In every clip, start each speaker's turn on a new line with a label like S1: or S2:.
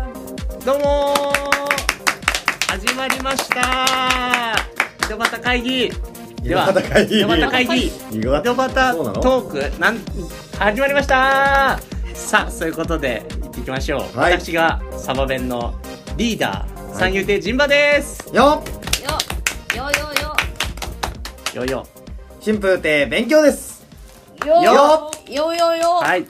S1: どうもー始まりました井戸端会議では
S2: 井戸端会議
S1: 井戸端会議
S2: 井戸端
S1: 井戸端
S2: そうなの
S1: トークなん始まりましたさあそういうことで行っていきましょう、
S2: はい
S1: 私がサバ弁のリーダー
S2: はい
S1: 三遊亭陣馬です、
S2: よ
S3: よよ
S1: よいよ
S2: 春風亭勉強です
S3: よよ
S2: よ
S3: よよよ
S1: はい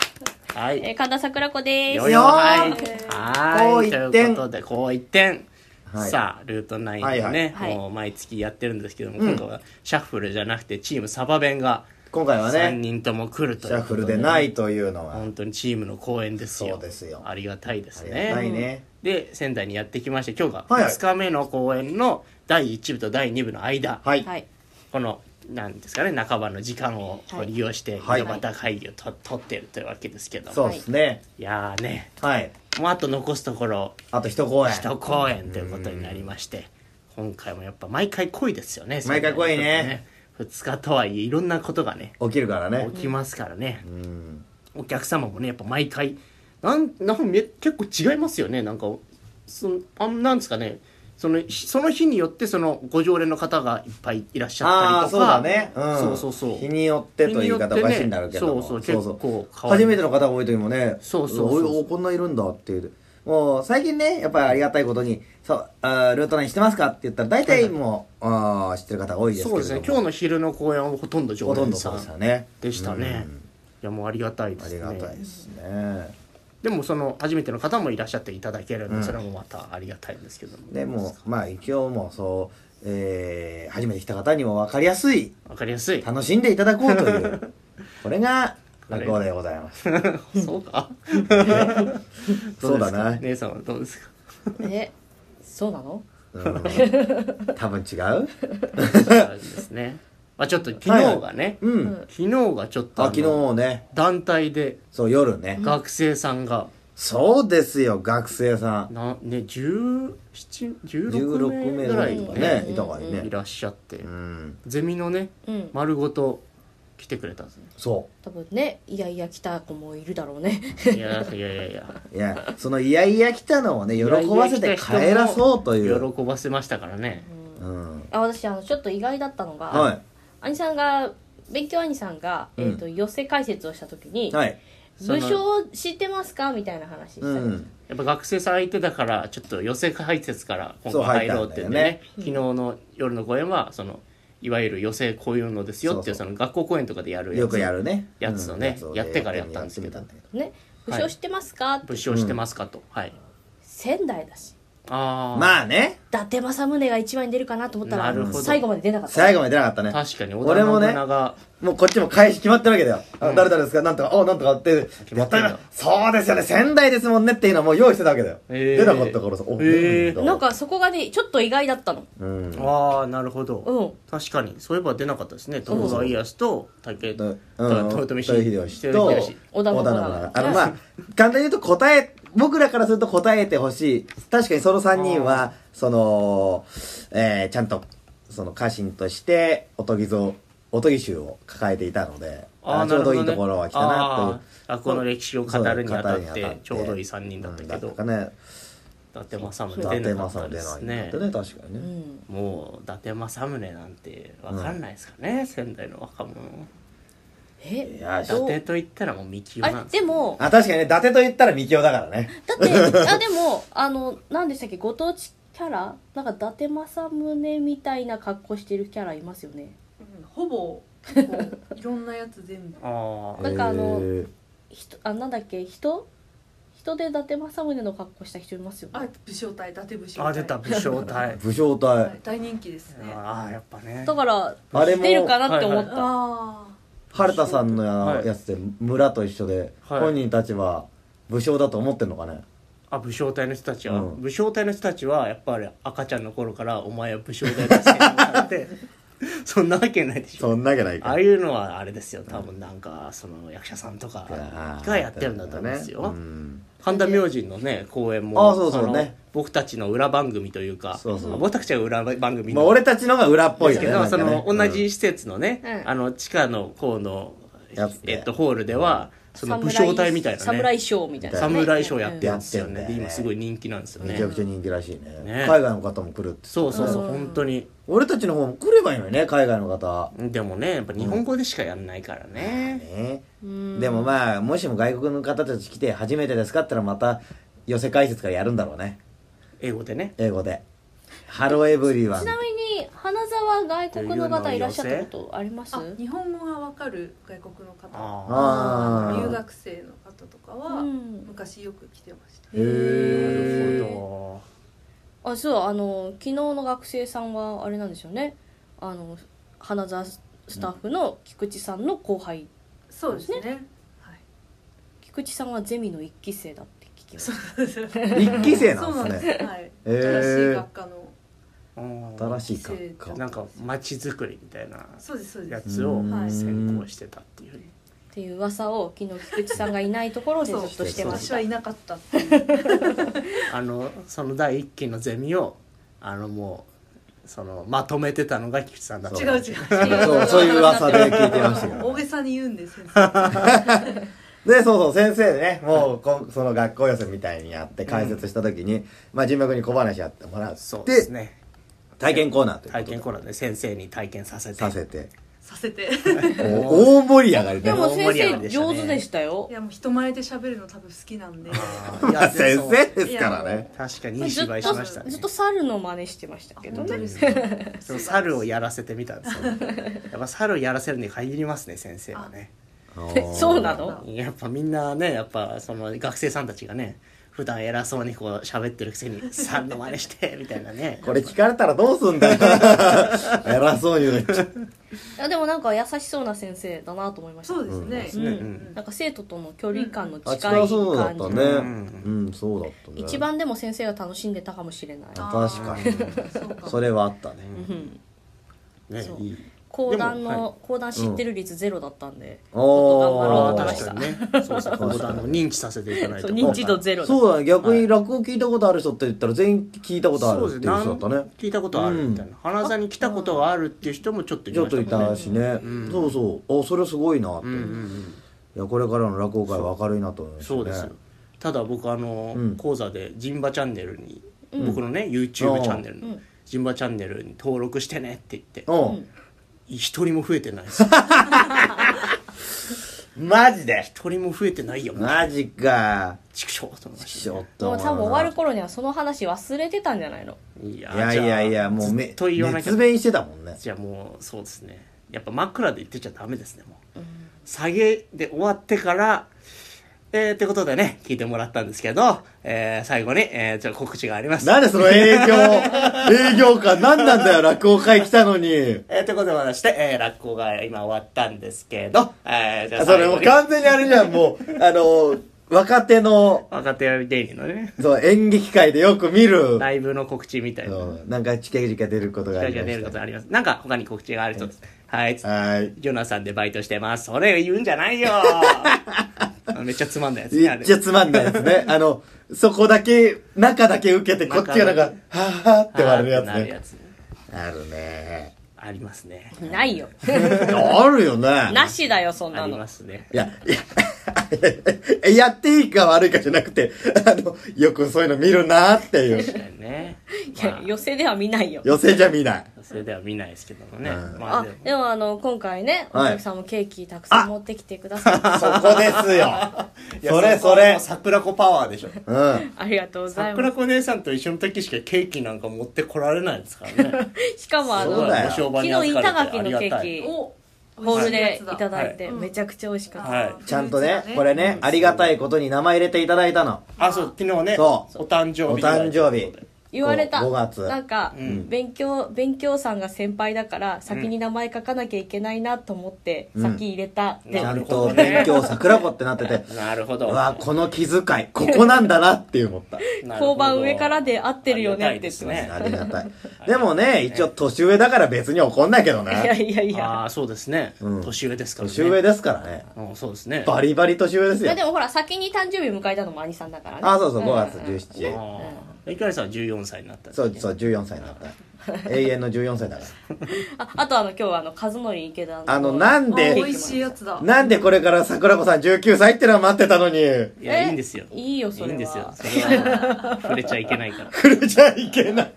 S1: はい
S3: えー神田桜子です
S1: よいよはい
S3: ー
S1: は
S2: こう
S1: い
S2: 一
S1: と
S2: 点
S1: いうことでこう一点
S2: はい
S1: さあルートナイン
S2: はいは
S1: で
S2: い
S1: ね、
S3: はい
S1: もう毎月やってるんですけども、
S2: うん
S1: 今回はシャッフルじゃなくてチームサバ弁が
S2: 今回は
S1: 3
S2: ね
S1: 人とも来ると
S2: シ
S1: いう
S2: ャッ
S1: こ
S2: フ
S1: と
S2: ル
S1: で
S2: で
S1: ね
S2: ないというのは
S1: 本当にチームの公演ですよ
S2: そうですよ
S1: ありがたいです
S2: ありがたい
S1: ね
S2: ね
S1: で仙台にやってきまして今日が
S2: はいはい
S1: 2日目の公演の第1部と第2部の間、
S2: はい
S3: は
S2: はい
S3: い
S1: このなんですかね半ばの時間をこう利用して井
S2: は
S1: 戸
S2: い
S1: 端会議をと取ってるというわけですけども
S2: そうですね
S1: いやーね
S2: はい
S1: もうあと残すところ
S2: あと一公演
S1: 一公演ということになりまして今回もやっぱ毎回濃いですよね
S2: 毎回濃いね
S1: 2日とはいえいろんなことがね
S2: 起きるからね
S1: 起きますからね
S2: うん
S1: お客様もねやっぱ毎回なんなんめ結構違いますよねなんかそのあんなんですかねそのその日によってそのご常連の方がいっぱいいらっしゃった
S2: ああ
S1: り
S2: そ
S1: と
S2: う
S1: か
S2: だねん
S1: そうそうそう
S2: 日によってという言い方おかしいんだろうけど
S1: 日
S2: も
S1: によってねそうそう結構変わる
S2: 初めての方が多い時もね
S1: そうそうそう
S2: おいおこんないるんだっていうもう最近ねやっぱりありがたいことにそうあールートナインしてますかって言ったら大体もうあー知ってる方が多いですけ
S1: そう
S2: れ
S1: で
S2: ど
S1: す
S2: も
S1: ね今日の昼の公演はほとんど常
S2: ほとん
S1: 連
S2: ど
S1: さ
S2: そうんでしたね
S1: でしたね
S2: うん
S1: いやもうありがたいで
S2: あ
S1: す
S2: り
S1: ね
S2: がたいですね
S1: でもその初めての方もいらっしゃっていただけるんで、
S2: うん
S1: それもまたありがたいんですけども
S2: でもうまあ一応もうそう、えー初めて来た方にも分かりやすい
S1: わかりやす い
S2: 楽しんでいただこうというこれが落語でございます
S1: そうか
S2: そうだな
S1: どですか姉さんはどうですか
S3: えそうなの
S2: うん多分違う
S1: そうです ねまあちょっと昨日がね、
S2: うん、
S3: ん
S1: 昨日がちょっと
S2: あ
S1: あの
S2: 昨日ね
S1: 団体で
S2: そう夜ね、
S1: 学生さんが、
S2: そうですよ学生さん
S1: なね1716
S2: 16名
S1: 名ぐらい
S2: の
S1: ね
S2: とかねいたから
S1: い
S2: ね
S1: らっしゃって、
S2: うん
S1: ゼミのね
S3: うん
S1: 丸ごと来てくれたんですね
S2: そ
S3: 多分ねいやいや来た子もいるだろうね
S1: いやいやいやいや
S2: ういやそのいやいや来たのをね喜ばせて帰らそうという
S1: 喜ばせましたからね、
S2: うん
S3: あ私あのちょっと意外だったのが、
S2: は
S3: 兄さんが勉強兄さんが、
S2: うん
S3: えー、と寄せ解説をした時に
S2: いはい
S3: 「武将知ってますか?」みたいな話した、
S2: うん
S1: やっぱ学生さん相手だからちょっと寄せ解説から今
S2: そう
S1: 回
S2: 入
S1: 入
S2: ったんだ
S1: ろうって
S2: よね
S1: んでね昨日の夜の公演はそのいわゆる寄せこういうのですよっていう
S2: そ
S1: その学校公演とかでやるやつ
S2: よくやるね
S1: やつをね
S2: うん
S1: やってからやったんですけど
S2: やってみたんだ
S3: ね「武
S1: はい
S3: 将知ってますか?」って
S1: 物証してますかと、はい
S3: 仙台だし
S1: ああ
S2: まあね
S3: 伊達政宗が一番に出るかなと思った
S1: な
S3: ら
S1: るほど
S3: 最後まで出なかった
S2: 最後まで出なかったね
S1: 確かに織
S2: 俺
S1: 田
S2: も
S1: 信
S2: ね
S1: 長が、
S2: もうこっちも開始決まってるわけだよ、あ
S1: うん
S2: 誰々ですかなんとかおなんとかって
S1: 決まってんだ
S2: やったらそうですよね仙台ですもんねっていうのはもう用意してたわけだよ、
S1: えー
S2: 出なかったからさお
S1: えー
S2: 出
S3: なんかそこがねちょっと意外だったの
S2: うんだ
S1: ああなるほど、
S3: うん
S1: 確かにそういえば出なかったですね
S2: う
S1: 徳川家康と武
S2: う
S1: 豊
S2: ん
S1: 臣
S2: 豊秀
S1: 秀
S2: 吉
S1: 吉
S2: と
S1: 秀吉
S3: 織田信長
S2: あのまあ簡単に言うと答え僕らからすると答えてほしい確かにその3人はその、えーちゃんとその家臣としておとぎ像おとぎ衆を抱えていたので
S1: あー
S2: ちょうどい
S1: ないる
S2: と
S1: ほ
S2: ころ
S1: ど
S2: は
S1: ね
S2: 来たな
S1: あー
S2: と
S1: あこの歴史を語るにあたってちょうどいい3人だったけど、
S2: 伊ね
S1: 伊達政宗出なかっ
S2: 伊達政
S1: た
S2: 宗
S1: で
S2: 出な
S1: す
S2: いんだ
S1: ね
S2: ってね確かに
S3: う
S2: ね、
S3: ん
S1: もう伊達政宗なんて分かんないですかね、仙台の若者
S2: い
S3: え
S2: や
S1: 伊
S3: どう
S1: 達と言ったらもう三清
S3: あ
S1: な
S3: れ
S1: んです
S3: で
S1: よ
S3: も
S2: あ確かにね伊達と言ったら三清だからね
S3: だってあでもあの何でしたっけご当地キャラなんか伊達政宗みたいな格好してるキャラいますよね
S4: うんほぼ結構いろんなやつ全部
S1: あ
S3: なんかあの
S2: えー
S3: 人あなんだっけ人人で伊達政宗の格好した人いますよ
S4: あ
S3: ね
S4: 武将隊伊達武将
S1: あ
S4: 隊
S1: あ出た武将 隊
S2: 武将隊、
S4: はい大人気ですねあ
S1: ああやっぱね
S3: だから
S2: あれも
S3: 出るかなって思っ
S1: ら
S3: た
S4: あ
S2: 春田さんの
S1: は
S2: や
S1: い
S2: やつで村と一緒で、
S1: はい
S2: 本人たちは武将だと思ってんのかね
S1: あ武将隊の人たちは、
S2: うん
S1: 武将隊の人たちはやっぱり赤ちゃんの頃からお前は武将隊として選ばされて そんなわけないでしょ
S2: んなわけない
S1: ああいうのはあれですよ多分なんかその役者さんとかがやってるんだと思うんですよ、
S2: ん
S1: 神田明神のね公演も
S2: あそうそうね
S1: あの僕たちの裏番組というか
S2: そうそう
S1: 僕たちは裏番組
S2: まあ、
S1: の
S2: 俺たちのが裏っぽ
S1: で
S2: い
S1: すけ
S2: よね
S1: ど、
S2: なん
S1: そ
S2: かね
S1: の同
S2: うん
S1: じ施設のね、
S3: うん
S1: あの地下の方の
S2: やつで
S1: えっとホールでは、その武将隊みたいなね
S3: 侍ショーみたいな
S1: 侍ショーやって
S3: る
S1: るんですよね
S2: やってんだよ
S1: で
S2: ね
S1: 今すごい人気なんですよ
S2: め
S1: ね
S2: ちゃくちゃ人気らしいね
S1: ね
S2: 海外の方も来るって
S1: そうそうそう
S3: うん
S1: 本当に
S2: 俺たちの方も来ればいいのにね海外の方
S1: でもねやっぱ日本語でしかやんないからね、
S2: ねでもまあもしも外国の方たち来て初めてですかって言ったらまた寄せ解説からやるんだろうね
S1: 英語でね
S2: 英語で「ハローエブリワン
S3: ち」なみに花沢外国の方いらっしゃったことあります
S4: あ日本語がわかる外国の方
S2: あー
S4: 留学生の方とかは
S3: うん
S4: 昔よく来てました
S2: へー
S1: なる
S3: へー
S1: ほ
S3: あそうあの昨日の学生さんはあれなんですよねあの花沢スタッフの菊池さんの後輩、
S4: そうですねはい
S3: 菊池さんはゼミの一期生だって聞きまし
S4: そ
S3: た
S4: うです
S2: 一期生なんですね
S4: そうはい
S2: へー
S4: 新しい学科の
S1: どうん
S2: 新しいか
S1: なんか街づくりみたいな
S4: そうですそうで
S1: や
S4: す
S1: つを
S4: はい
S1: 専攻してたっていう
S3: っていう噂を昨日菊池さんがいないところでずっとしてまし
S4: 私
S3: た
S4: はいなかったっていう
S1: あのその第一期のゼミをあのもうそのまとめてたのが菊池さんだった
S4: 違う違う
S2: そうそういう噂で聞いてましたけど
S4: 大げさに言うんです先生
S2: で、そうそう、先生でね、もう、こその学校寄せみたいにやって解説した時に、まあ、人脈に小話やってもらって、
S1: そうですね
S2: 体験コーナーというこ
S1: 体
S2: とで
S1: 験コーナーで先生に体験させて
S2: させて、
S4: させて
S2: お大盛り上がり
S3: で
S2: で。
S3: も
S1: 大盛
S3: 先
S1: り上がり
S3: 生
S1: でしたね
S3: 上手でしたよ
S4: いやもう人前で喋るの多分好きなんで
S1: いやで
S2: 先
S1: も
S2: 生ですから
S4: いや
S2: ね。
S1: 確かにいい
S3: ずっ
S1: 芝居しました
S3: と
S1: ね
S3: ずっと猿の真似してましたけど
S4: 本当
S3: ね
S4: ですか
S1: その猿をやらせてみたんですよ やっぱ猿をやらせるに限りますね先生はね
S3: えそうなの
S1: やっぱみんなねやっぱその学生さんたちがね普段偉そうにこう喋ってるくせ に「さんの真似して」みたいなね
S2: これ聞かれたらどうすんだよ。 偉そうに言うのに
S3: いやでもなんか優しそうな先生だなと思いました
S4: そうですね、
S3: うん
S1: うん
S3: なんか生徒との距離感の近
S2: あ、
S3: い
S2: 違うそうだっ
S3: 感じ
S2: たね。う、
S1: うん
S2: そうだったね。
S3: 一。番でも先生が楽しんでたかもしれない
S4: あ
S2: 確かに。
S4: そうか
S2: それはあったね。
S3: うん
S1: ね
S3: そう
S1: いい
S3: 講談
S1: でもは
S3: の講談知ってる率ゼロだったんで
S2: おー
S1: あ
S3: 頑張ろ
S1: あ
S3: うと思いま
S1: 確かにねそ
S3: した
S1: うそう
S2: 確かに
S1: 講談の認知させていかないと
S3: そう認知度ゼロだ
S2: そうだね。逆に落語聞いたことある人って言ったら全員聞いたことあ
S1: そうで
S2: るっ
S1: す
S2: ていう人だった
S1: な
S2: ね
S1: ん。聞いたことあるみたいな花座に来たことがあるっていう人もちょっとい
S2: ちょ
S1: ま
S2: っ
S1: した
S2: と
S1: も
S2: い
S1: んね
S2: たしね、
S1: うん
S2: そうそうあそれすごいなって、
S1: うんうんう
S2: い
S1: ん
S2: やこれからの落語界は明るいなと思いました、ね、
S1: そうですよただ僕あの、
S2: うん
S1: 講座で「ジンバチャンネルに」
S3: うん
S1: 僕のね YouTube チャンネル
S3: う
S1: の
S3: ん
S1: 「ジンバチャンネル」に登録してねって言って
S2: うん、
S1: 一人も増えてないです
S2: マジで
S1: 一人も増えてないよ
S2: マジか
S1: ちくしょうと思いまし
S2: ち
S1: た
S2: ょっ
S1: ね
S2: と
S3: もう多分終わる頃にはその話忘れてたんじゃないの
S1: い
S2: いやいやいやもう
S1: め
S2: め
S1: っと言わなきゃ
S2: 熱弁してたもんね
S1: じゃあもうそうですねやっぱ枕で言ってちゃダメですねもう、下げで終わってからえー、ってことでね聞いてもらったんですけど、えー、最後に、えー、ちょっと告知があります
S2: なんでその営業 営業か何なんだよ落語会来たのに
S1: えー、ということでございまして、えー、落語が今終わったんですけど、えー、じゃあ
S2: そ
S1: 最
S2: れ
S1: 後
S2: もう
S1: に
S2: 完全にあれじゃんもうあの若手の
S1: 若手芸人のね、
S2: そう演劇界でよく見る
S1: ライブの告知みたいな。
S2: そうなんか近々出ることがあ
S1: 近
S2: りま
S1: 々出る
S2: し
S1: こと
S2: た
S1: あります。なんか他に告知がある人です。はい。
S2: はい
S1: ジョナサンでバイトしてます。それ言うんじゃ ないよめっちゃつまんないやつ
S2: めっちゃつまんないやつ ね。あの、そこだけ、中だけ受けて、こっちがなんか、はぁはぁって割れるやつ
S1: あーってなる
S2: ね。
S1: つ
S2: あるね。
S1: ありますね。
S3: ないよ
S2: あるよね。
S3: なしだよそん
S1: あ
S3: な
S1: り
S3: の
S1: ますね。
S2: いや、いや、や っていいか悪いかじゃなくて、あの、よくそういうの見るなっていう。
S1: 確かに ね。
S3: いや
S1: まあ
S3: 寄せでは見ないよ
S2: 寄せじゃ見ない。
S1: それでは見ないですけどもね。
S2: うん
S1: まあ
S3: あ
S1: でも
S3: でもあの今回ねお
S2: はい
S3: 客さんもケーキたくさん持ってきてくださって
S2: そこですよ。それそれ。
S1: 桜子パワーでしょ。
S2: うん。
S3: ありがとうございま
S1: 桜子姉さんと一緒の時しかケーキなんか持ってこられないですからね。
S3: すしか もあ
S2: そ
S3: の
S2: うだよ
S1: 昨
S3: 昨日板垣のケーキ
S4: お
S3: ホールでいた
S4: い
S3: だいて
S4: はい
S3: めちゃくちゃ美味しかった、
S1: はい。
S2: ちゃんとね、これね、ありがたいことに名前入れていただいたの。
S1: あ、そう、昨日ね、
S2: そ
S1: お誕生日。
S2: お誕生日。
S3: 言われた
S2: ごご月
S3: なんか、
S1: ん
S3: 勉強勉強さんが先輩だから先に名前書かなきゃいけないなと思って、
S2: うん
S3: 先入れた
S1: な
S2: ち
S1: る
S2: ゃ
S1: ほど
S2: ん
S1: ね
S2: と勉強桜子ってなってて、
S1: なるほ
S2: う
S1: ど。
S2: わ、この気遣い、ここなんだなって思った。
S1: なるほど
S3: 交番上からで合ってるよねって言ってま
S1: ありがたい
S3: し
S1: です
S3: た
S1: ね
S2: ありがたい。でもね、一応年上だから別に怒んないけど
S3: いや
S2: ね。
S3: いやい
S1: あ
S3: や
S1: あ、そうですね。
S2: うん
S1: 年上ですからね。
S2: 年上ですからね。
S1: うん、そうですね。
S2: バリバリ年上です
S3: まあ
S2: よ
S3: で。もほら先に誕生日迎えたのも兄さんだからね
S2: あ、そうそう、
S3: ん
S2: 5月17
S1: あーいかりさんは14歳になったんです
S2: そ
S1: ね
S2: うそう14歳にな った永遠の14歳だか
S3: ああとあの今日はあの和則池田の
S2: あのなんで
S4: あ
S3: ケ
S4: 美
S3: ーキもらい
S4: 味
S3: ま
S4: しいやつだ
S2: らなんでこれから桜子さん19歳ってのは待ってたのに
S1: いや
S3: え
S1: いいんですよ
S3: いいよそれはい
S1: んです よそれは触れちゃいけない から
S2: 来るじゃいけない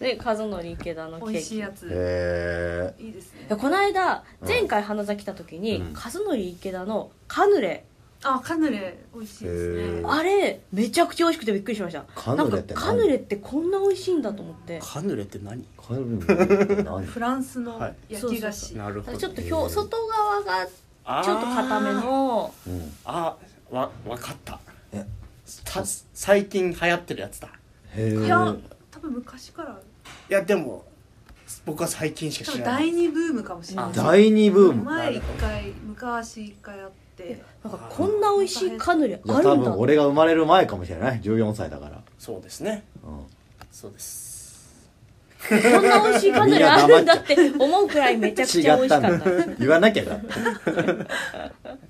S3: で和則池田のケーキ
S4: 美味しいやつ
S2: え
S4: いいですね
S3: いやこの間
S2: うん
S3: 前回花咲来た時に、
S2: うん
S3: 和則池田のカヌレ
S4: あカヌレ美味しいです
S2: へ
S4: ね
S2: ー
S3: あれめちゃくちゃ美味しくてびっくりしました
S2: カヌレって何
S3: なんかカヌレってこんな美味しいんだと思って
S1: カヌレって何
S2: ー、帰るって何
S4: フランスの
S1: はい
S4: 焼き菓子
S1: なるほど
S3: ちょっと
S2: へー
S3: 表外側がち
S1: あー
S3: ょっと硬めの
S2: うん
S1: あわわかった
S2: え
S1: た最近流行ってるやつだ
S2: へ
S4: いや
S2: ー
S4: 多分昔からある
S1: いやでも僕は最近しか
S4: 多
S1: 知
S4: 分
S1: らな
S4: 第
S1: い
S4: 二ブームかもしれない
S1: あ
S2: 第2ブーム
S4: 前一回昔一回あって
S3: なんかこんな美味しいカヌレ
S2: い
S3: あ
S2: や
S3: る
S2: 多
S3: んだ
S2: 分俺が生まれる前かもしれない14歳だから、
S1: そうですね
S2: う
S1: そうです
S3: こんな美味しいカヌレあるんだって思うくらいめちゃくちゃ美味しかった
S2: ん、言わなきゃだってう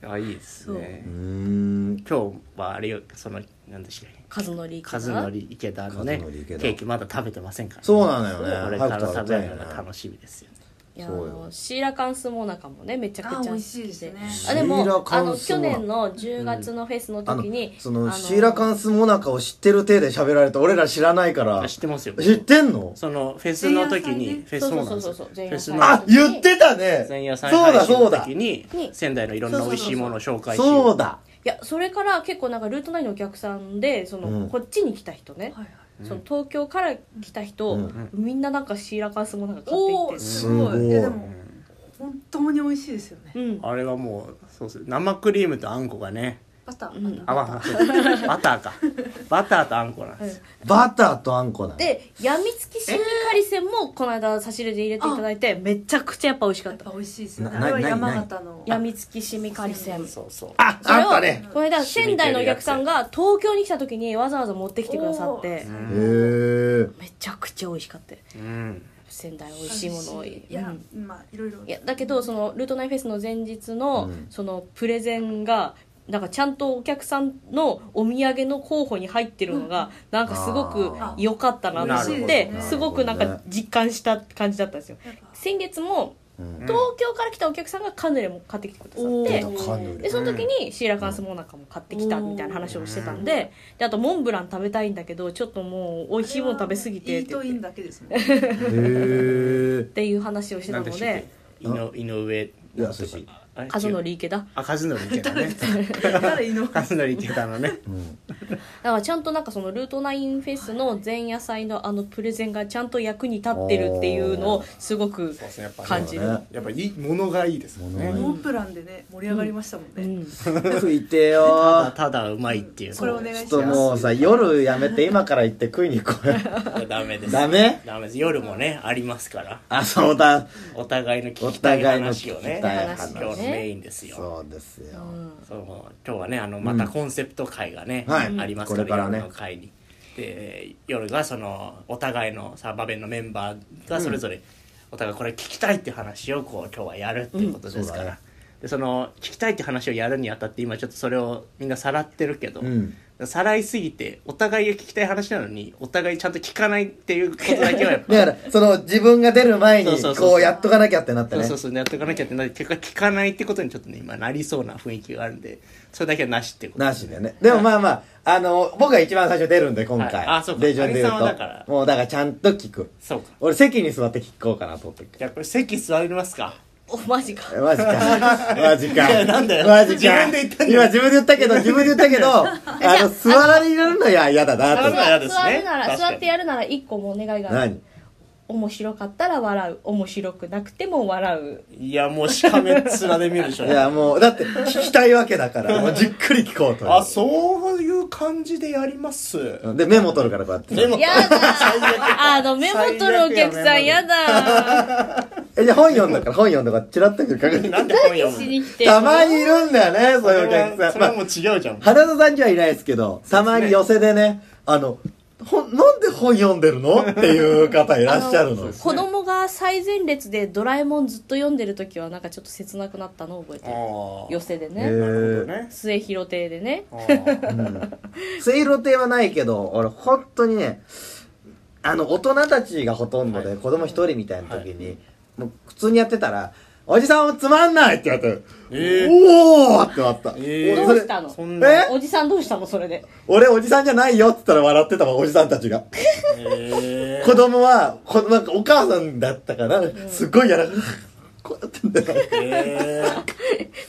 S1: あいいですね
S2: ーん
S1: 今日はあれよその何でしたっけ
S3: 和則池田
S1: 和則池田のね
S2: 和則池田
S1: ケーキまだ食べてませんからね、
S2: そうなの
S1: こ
S2: よね
S1: れ
S2: 早
S1: から
S2: く
S1: 食べ
S2: 食べた
S1: る
S2: いよ
S1: の
S2: ね
S1: が楽しみですよね
S3: いやあ
S2: そうよ
S3: のシーラカンスモナカもねめちゃくちゃ好き
S4: あ美味しいですね
S3: あで
S2: シーラ
S3: も
S2: カ
S3: あ
S2: ン
S3: の
S2: スモ
S3: 去
S2: ナカ
S3: 年の10月のフェスの
S2: あの
S3: 時に、
S2: そのシーラカンスモナカを知ってる体で喋られて俺ら知らないから
S1: あ知ってますよ
S2: 知ってんの
S1: そのフェスの時に
S4: 前夜祭ね
S1: フェス
S3: そう
S1: そ
S3: そう
S1: な
S3: う
S1: ん
S3: そ
S1: で
S3: う
S1: す
S3: そ
S1: よフェス
S3: う前夜祭
S1: の
S2: あ言ってたね
S1: 前夜祭
S2: そう
S1: 配
S2: だ
S1: 信
S2: そう
S1: の
S2: だ
S1: 時に
S3: に
S1: 仙台のいろんな美味しいものを紹介しよ
S2: そううだ
S3: いやそれから結構なんかルートナインのお客さんでその、
S2: うん
S3: こっちに来た人ね、
S4: はいはい
S3: その東京から来た人、
S2: うん
S3: みんななんかシーラカンスモナカ買って
S4: お
S3: い
S4: お
S3: って
S4: す
S2: す
S4: ご
S2: ごい
S4: いいやで
S1: う
S4: も
S1: ん
S4: 本当に美味しいですよね
S3: うん
S1: あれはもうそうです生クリームとあんこがね
S4: バタ
S3: うん
S4: ー
S1: あ
S4: バ
S1: ま
S4: ター
S1: あそうバターかバターとあんこなんですよ
S2: バターとあんこなの
S3: でやみつきシミカリ線もこの間差し入れで入れていただいてめちゃくちゃやっぱ美味しか
S4: や
S3: っ
S4: ったぱ美味しいですよね
S2: な
S4: あれは
S2: な
S4: 山形の
S3: やみつきシミカリ線
S1: そうそう
S2: あ
S3: それ
S2: あ
S3: を
S2: ったね
S3: この間仙台のお客さんが東京に来た時にわざわざ持ってきてくださって
S1: う
S2: へ
S1: ん
S2: え
S3: めちゃくちゃ美味しかった
S1: うん
S3: 仙台美味しいもの多い
S4: いや
S3: うん
S4: まあいろいろ
S3: いやだけどそのルートナインフェスの前日の、
S2: うん
S3: そのプレゼンがなんかちゃんとお客さんのお土産の候補に入ってるのが、なんかすごく
S2: あ
S4: ー
S3: 良かったなと思っ
S4: なる
S3: て
S4: ほどね
S3: すごくなんか実感した感じだったんですよ
S4: やっぱ
S3: 先月も
S2: うん
S3: 東京から来たお客さんがカヌレも買ってきてくださ
S4: お
S3: って
S4: ー
S2: カヌ
S3: で
S2: レ
S3: その時にシーラカンスモナカも買ってきたみたいな話をしてたんでであとモンブラン食べたいんだけどちょっともう美味しいもの食べ過ぎて
S4: イ
S3: っ
S4: ー
S3: て言っ
S4: トイ
S3: て
S4: ン
S3: っ
S4: だけですもんね
S2: へ え
S3: ていう話をしてたの
S1: なんだっ
S3: で
S1: け井の井上
S2: いや寿司
S1: あれ
S3: 和則池田
S1: あ和則池田ね
S4: だから井上
S1: 和則池田のね
S3: だからちゃんとなんかそのルートナインフェスの前夜祭のあのプレゼンがちゃんと役に立ってるっていうのをすごく
S1: そうですねやっぱ
S3: 感じる、
S2: そうだね
S1: やっぱいいものがいいですもんね
S2: 物がいい
S4: モンプランでね盛り上がりましたもん
S3: う
S4: ね
S3: ん、
S2: 食いて
S1: た
S2: よ
S1: だただうまいっていう
S4: これお願
S2: ち
S4: い
S2: ょっ
S4: し
S2: と
S4: ま
S2: も
S4: す
S2: うさ夜やめて今から行って食いに行こ うよ
S1: いやダメです
S2: ダメ
S1: ダメです夜もねありますから
S2: あそうだ
S1: お互いの聞きたい話をね
S2: お互
S3: いの聞きたい話
S1: 今日のメインですよ
S2: そうですよ
S1: その今日はねあのまたコンセプト会がね、
S2: はい
S1: あります
S2: これからね
S1: 夜の会にで夜がそのお互いのサーバー弁のメンバーがそれぞれお互いこれ聞きたいって話をこう今日はやるっていうことですから、
S2: うんそうだね
S1: でその聞きたいって話をやるにあたって今ちょっとそれをみんなさらってるけど、
S2: うん
S1: さらいすぎてお互いが聞きたい話なのにお互いちゃんと聞かないっていうことだけは やっぱ
S2: だからその自分が出る前に
S1: そうそうそうそう
S2: こうやっとかなきゃってなって
S1: そう
S2: ね
S1: そうそうやっていかなきゃってなって結果聞かないってことにちょっとね今なりそうな雰囲気があるんでそれだけはなしってこと
S2: なしでねでもまあまああの僕が一番最初出るんで今
S1: はい
S2: 回
S1: あそうか
S2: で順で言う
S1: アリさんはだから
S2: ともうだからちゃんと聞く
S1: そうか
S2: 俺席に座って聞こうかなと思って
S1: じゃあこれ席座りますか
S3: おマジか
S2: えマ ジかマジ
S1: い
S2: か
S1: やなんだよ
S2: マジか
S1: 自分で言ったんだよ
S2: 今自分で言ったけど自分で言ったけ どあの座られるのは嫌だなと
S1: 座る
S2: 思って
S1: の嫌ですね
S3: 座るなら
S1: 確かに
S3: 座ってやるなら一個もお願いがある
S2: 何
S3: 面白かったら笑う面白くなくても笑う
S1: いやもうしかめっ面で見るでしょ
S2: いやもうだって聞きたいわけだからもうじっくり聞こうという
S1: あそういう感じでやります
S2: でメモ取るからこうやって
S1: でも
S3: やだあのメモ取るお客さんやだ
S2: えじゃあ本読んだから本読んだからチラッとくる確認
S1: なんで本読む
S3: しに来て
S2: たまにいるんだよねそういうお
S1: それは
S2: 客さ
S1: そ れ
S2: ん、ま
S1: は
S2: あ
S1: もう違うじゃん
S2: 花田さんじゃいないですけどたまに寄せでねあのほなんで本読んでるのっていう方いらっしゃるの
S1: あの
S3: 子供が最前列で「ドラえもん」ずっと読んでる時はなんかちょっと切なくなったのを覚えてる
S1: あ
S3: 寄席で
S2: へ
S3: ね
S2: ー
S1: ーなる
S3: 末広亭でね
S1: ほどねあー
S2: 水路亭はないけど俺本当にねあの大人たちがほとんど
S1: は
S2: で
S1: い
S2: 子供一人みたいな時に、もう普通にやってたら「おじさんつまんない!」って言われて「
S1: えー
S2: おお!」ってなった、
S1: えー
S2: 俺
S3: ど
S2: そうれ
S3: したの
S1: そんな
S2: え
S3: おじさんどうしたのそれで
S2: 俺おじさんじゃないよって言ったら笑ってたわおじさんたちが
S1: え
S2: 子供はこなんかお母さんだったから、すっごいやらかこうやってんだよ
S1: ーえー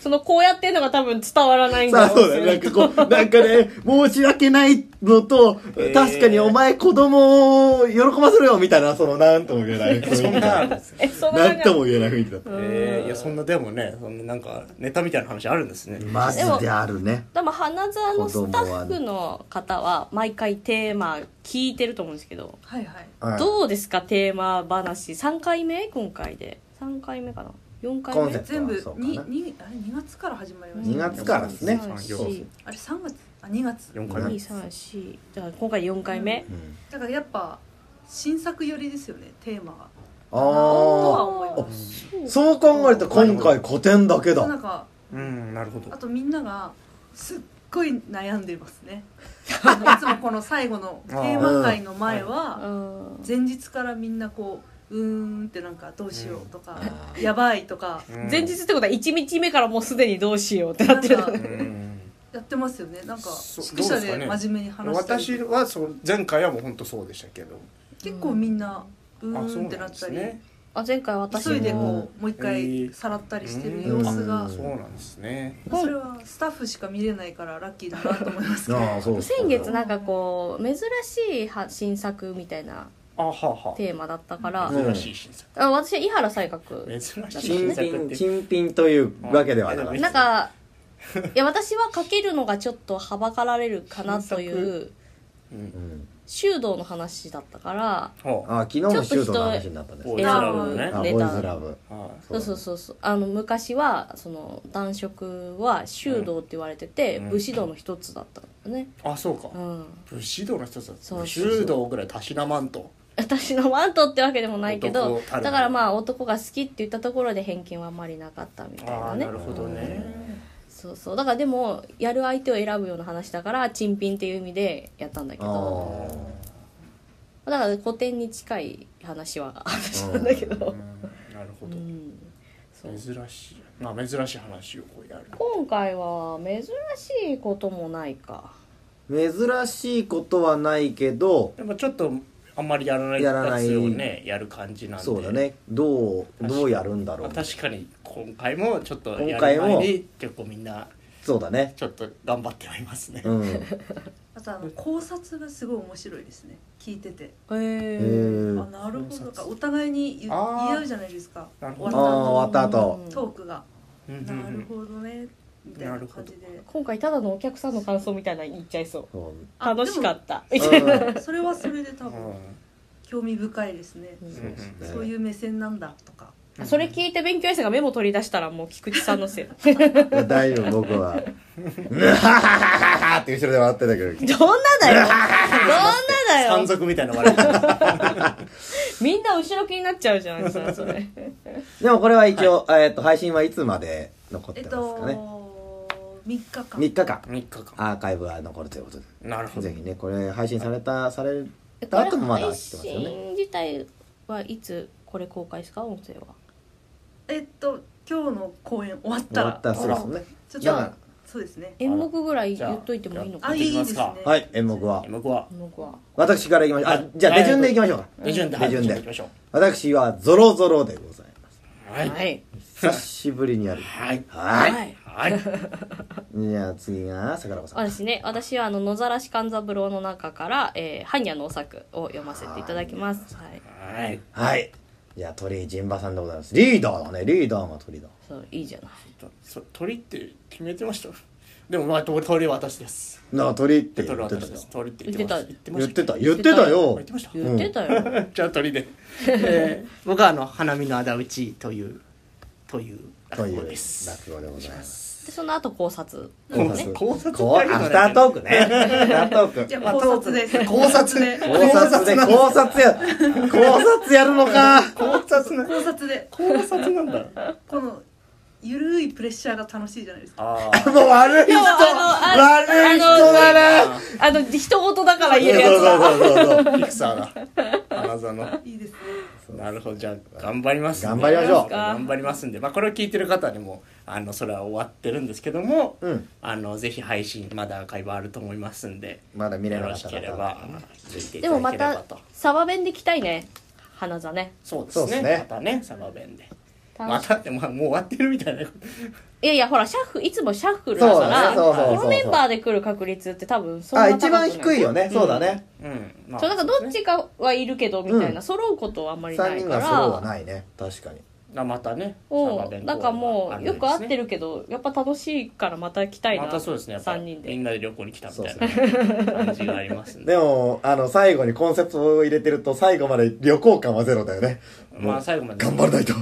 S3: そのこうやってんのが多分伝わらないん
S2: さ
S3: だ
S2: あそうだよなんかこうなんかね申し訳ないのと、
S1: えー
S2: 確かにお前子供を喜ばせろよみたいなそのなんとも言えない雰囲気
S1: そんなあるんですね
S3: えそんな
S2: なん
S3: 感じ
S2: とも言えない雰囲気だった
S1: えーいやそんなでもねそんななんかネタみたいな話あるんですね
S2: マジであるね
S3: でも花沢のスタッフの方は毎回テーマ聞いてると思うんですけど、
S4: はいはい
S2: はい
S3: どうですかテーマ話3回目今回で3回目かな4回
S2: コンセ
S3: 目
S2: プ
S4: 全部
S2: そうかな
S4: ににあれ2月から始まりまし
S2: 2
S4: たね
S2: 月からですね
S3: 三
S1: そう
S2: そう
S3: 四
S4: あれ3月あ2月
S1: 4回目
S3: 234だから今回4回目、
S2: うん
S4: だからやっぱ新作寄りですよねテーマがとは
S2: あ
S4: 思います
S2: あそう考えると今回古典だけ
S4: なん
S2: だ
S4: か
S1: うんなるほど
S4: あとみんながすっごい悩んでます ねあのいつもこの最後のテーマ会の前
S3: う
S4: は
S3: ん
S4: 前日からみんなこううーんってなんかどうしようとか
S2: あー
S4: やばいとか
S1: うん
S3: 前日ってことは1日目からもうすでにどうしようって
S4: な
S3: なんっ
S4: か
S3: てる
S1: うん
S4: やってますよねなんか
S1: そう
S4: 宿舎で真面目に話したり
S1: 私はそう前回はもう本当そうでしたけど
S4: 結構みんなう
S1: あ
S4: ー
S1: そうんなん
S4: ってな
S1: で
S4: った
S1: す
S4: り
S1: ね
S3: あ前回私
S4: 急いで
S3: も
S4: こうもう一回さらったりしてる
S1: うん
S4: 様子が
S2: うん
S1: そうなんですね
S4: それはスタッフしか見れないからラッキーだなと思いますけど
S2: ああそう
S3: 先月なんかこう珍しいは新作みたいな
S1: あはは
S3: テーマだったから、
S2: うん
S1: 珍しい新作
S3: あ私は井原才覚
S1: 珍しい
S2: 新
S1: 新作っ
S2: 品
S1: て
S2: 新品というわけではなかっ
S1: う
S2: た
S1: ん
S3: なんかいや私はかけるのがちょっとはばかられるかなという
S1: うん
S2: うん
S3: 修道の話だったから
S1: はあ
S2: あ昨日もシュートの話になったんです
S1: ボーイ
S2: ね
S1: ズラブのね
S2: あ
S1: は
S2: ボ
S3: レ
S2: ー
S3: ター
S2: イズラブ
S1: い
S3: そうそうそうそうあの昔はその男色は修道って言われてて、
S1: うん
S3: 武士道の一つだったんだね、
S1: あそうか
S3: うん、
S1: 武士道の一つだった
S3: そうそう
S1: 武士道ぐらいたしなまんと
S3: 私のマントってわけでもないけど
S1: 男た
S3: だ
S1: る
S3: からまあ男が好きって言ったところで偏見はあんまりなかったみたい
S1: あ
S3: な
S1: あ
S3: ね
S1: なるほどね
S3: そうそうだからでもやる相手を選ぶような話だから珍品っていう意味でやったんだけ
S2: あ
S3: ど
S2: ー
S3: だから古典に近い話は話なんだけ
S1: う
S3: ど、
S1: んなるほ
S3: う
S1: ど
S3: ん、そう
S1: 珍しいまあ珍しい話をこうやる
S3: 今回は珍しいこともないか
S2: 珍しいことはないけど
S1: でもちょっとあんまりやらない
S2: やらない
S1: やつをねやる感じなんで
S2: そうだねどう
S1: 確かに
S2: どうやるんだろ
S1: まあ
S2: う
S1: 確かに今回もちょっとや
S2: 今
S1: る
S2: 回
S1: 前
S2: も
S1: に結構みんな
S2: そうだね
S1: ちょっと頑張ってはいますね、
S2: うんへ
S4: あとあの考察がすごい面白いですね聞いてて
S3: へえ
S4: あ
S2: ー
S4: なるほ
S1: 考
S4: ど
S1: 察
S4: なんかお互いに言い
S1: あー
S4: 言い合うじゃないですか
S1: なる
S4: 終
S1: ほ
S2: あ
S4: わっ
S2: ー
S1: ど
S2: 終わった後
S4: たトークが
S1: うんうんう
S4: なんるほどねみたいな感じで
S3: 今回ただのお客さんの感想みたいなの言っちゃいそう
S2: そう
S4: あ
S3: 楽しかった
S2: う
S3: み
S2: ん
S3: たい
S4: それはそれで多
S1: うん
S4: 分興味深いですね
S3: な
S1: うんうん
S4: そういう目線なんだとか
S1: うん
S3: それ聞いて勉強衛生がメモ取り出したらもう菊池 さんのせい
S2: いや大丈夫僕は「うははははは」って後ろで笑ってたけど
S3: どんなだよどんなだ
S1: 山
S3: よ
S1: 賊みたいな笑い方
S3: みんな後ろ気になっちゃうじゃん さそれ
S2: でもこれは一応、えーっと配信はいつまで残っ
S4: え
S2: て
S4: っ
S2: ますかね、
S4: と3日間
S2: 3日間
S1: 三日間
S2: アーカイブは残るということで
S1: なるほど
S2: ぜひねこれ配信されたされた後もまだ
S3: 配
S2: 来てますよね
S3: 信自体はいつこれ公開ですか音声は
S4: えっと今日の公演終わっ
S2: 終
S4: た
S2: わ
S4: ら
S2: ったそうですね
S4: ちょっ
S2: だか
S4: とそうですね
S3: 演目ぐらい言っといてもいいのか
S4: あ
S3: ない
S4: いですね
S2: らはい演目は
S1: 演目は
S3: 演目は
S2: 私からいきましょうあじゃあ
S1: はい
S2: 手順でいきましょうか
S1: 手順で
S2: 手順
S1: は
S2: で
S1: い行きましょ
S2: 私はゾロゾロでございます
S1: うはいはい
S3: い
S2: 久しぶりにやる
S1: はい
S2: はい
S3: はい
S2: じゃあ次が桜子さん
S3: 私ね私はあの野ざらし勘三郎の中から「えー、般若のお作」を読ませていただきますはい
S1: はい
S2: はいじゃあ鳥居陣馬さんでございますリーダーだねリーダーが鳥だ
S3: そういいじゃない
S1: そ鳥って決めてましたでもまあ鳥鳥は私です
S2: なあ鳥って言
S1: 鳥は
S2: ってた
S1: 私
S2: よ
S1: です鳥って言ってました
S2: 言っ
S3: 言って
S2: てた
S1: 言
S2: 言ってたよ
S1: 言ってました
S3: 言ってたよ、
S1: じゃあ鳥で、えー、僕はあの花見のあだ討ちというという
S2: と
S1: 落
S2: いう
S1: 語
S2: 落
S1: です
S2: 語でございます
S3: ででその後考察
S2: 考
S1: 考
S2: 察
S1: 察考察
S2: こうアフタートークね。アフタートー
S4: じゃ
S2: ク。
S4: あ考察です
S1: 考察ね
S2: 考察で、考察や、考察やるのか。
S1: 考察な
S4: 考察で
S1: 考察なんだ
S4: このゆるいプレッシャーが楽しいじゃないですか
S1: あ
S2: もう悪い人、
S3: もあのあ
S2: 悪い人だな。
S3: あの人事だから言えるやつだ
S2: そうそうそうそう。
S1: ピクサーだ花座の
S4: いいですね
S1: なるほどじゃあ頑張りますんで
S2: 頑張りましょう
S1: 頑張りますんで、まあ、これを聞いてる方でもあのそれは終わってるんですけども、
S2: うん
S1: あのぜひ配信まだアーカイブあると思いますんで
S2: まだ見れ
S1: よ
S2: なか
S1: ろ
S2: っ
S1: したければ聞いてい
S3: で
S1: ただ
S3: も
S1: け
S3: ま
S1: れば
S3: た
S1: と
S3: サバ弁で来たいね花座ね
S1: そうで
S2: そう
S1: す
S2: です
S1: ね
S2: ね
S1: またねサバ弁でま
S3: 楽した
S1: って、まあ、もう終わってるみたいな
S3: いやいやほらシャッフいつもシャッフルだから
S2: そうだねそうそうそうそう
S3: このメンバーで来る確率って多分そん
S2: あ、
S3: な高くな
S2: 一番低いよね。そうだね。
S1: うんまあ
S3: そうなんかどっちかはいるけどみたいな、揃うことはあんまりな
S2: 三
S3: い
S2: 人
S3: か
S2: がそうは
S3: ら
S2: ないね。確かに。
S1: まあまたね
S3: おうなんかもうよく会って
S1: る
S3: るけどやっぱ楽しいからまた来たいな、
S1: またそうですねやっぱ
S3: 3
S1: み
S3: 人で
S1: んなで旅行に来たみたいな感じがありますんで
S2: でも、あの、最後にコンセプトを入れてると、最後まで旅行感はゼロだよね。
S1: まあ最後まで
S2: 頑張 らないと。こ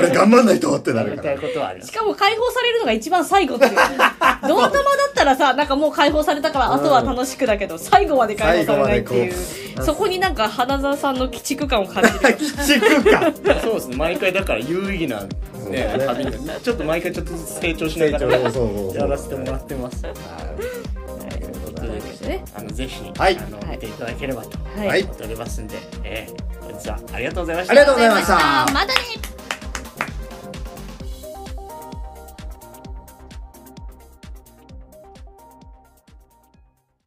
S2: れ頑張らないとってな
S1: や
S2: る
S1: り
S2: か
S1: たい
S2: ら。
S1: ことはありま
S3: し
S1: す
S3: かも解放されるのが一番最後っていう ドン玉だったらさなんかもう解放されたからあとは楽しくだけど、最後まで解放されないっていう
S2: 最後
S3: そこになんか花澤さんの鬼畜感 を感じる
S2: 鬼 畜感
S1: そうですね毎回だから有意義な
S2: そう
S1: ね
S2: だね
S1: 旅にちょっと 毎回ちょっとずつ成長しな
S2: 成
S1: が
S2: 長
S1: ら
S2: そうそうそう。
S1: やらせてもらってます
S3: というわけでね
S1: あのぜひ、
S2: はい
S1: あの
S3: はい
S1: 見ていただければと
S3: はい
S2: はい
S1: 思っておりますんで、えー、本日はありがとうございました
S2: ありがとうございました。
S3: またね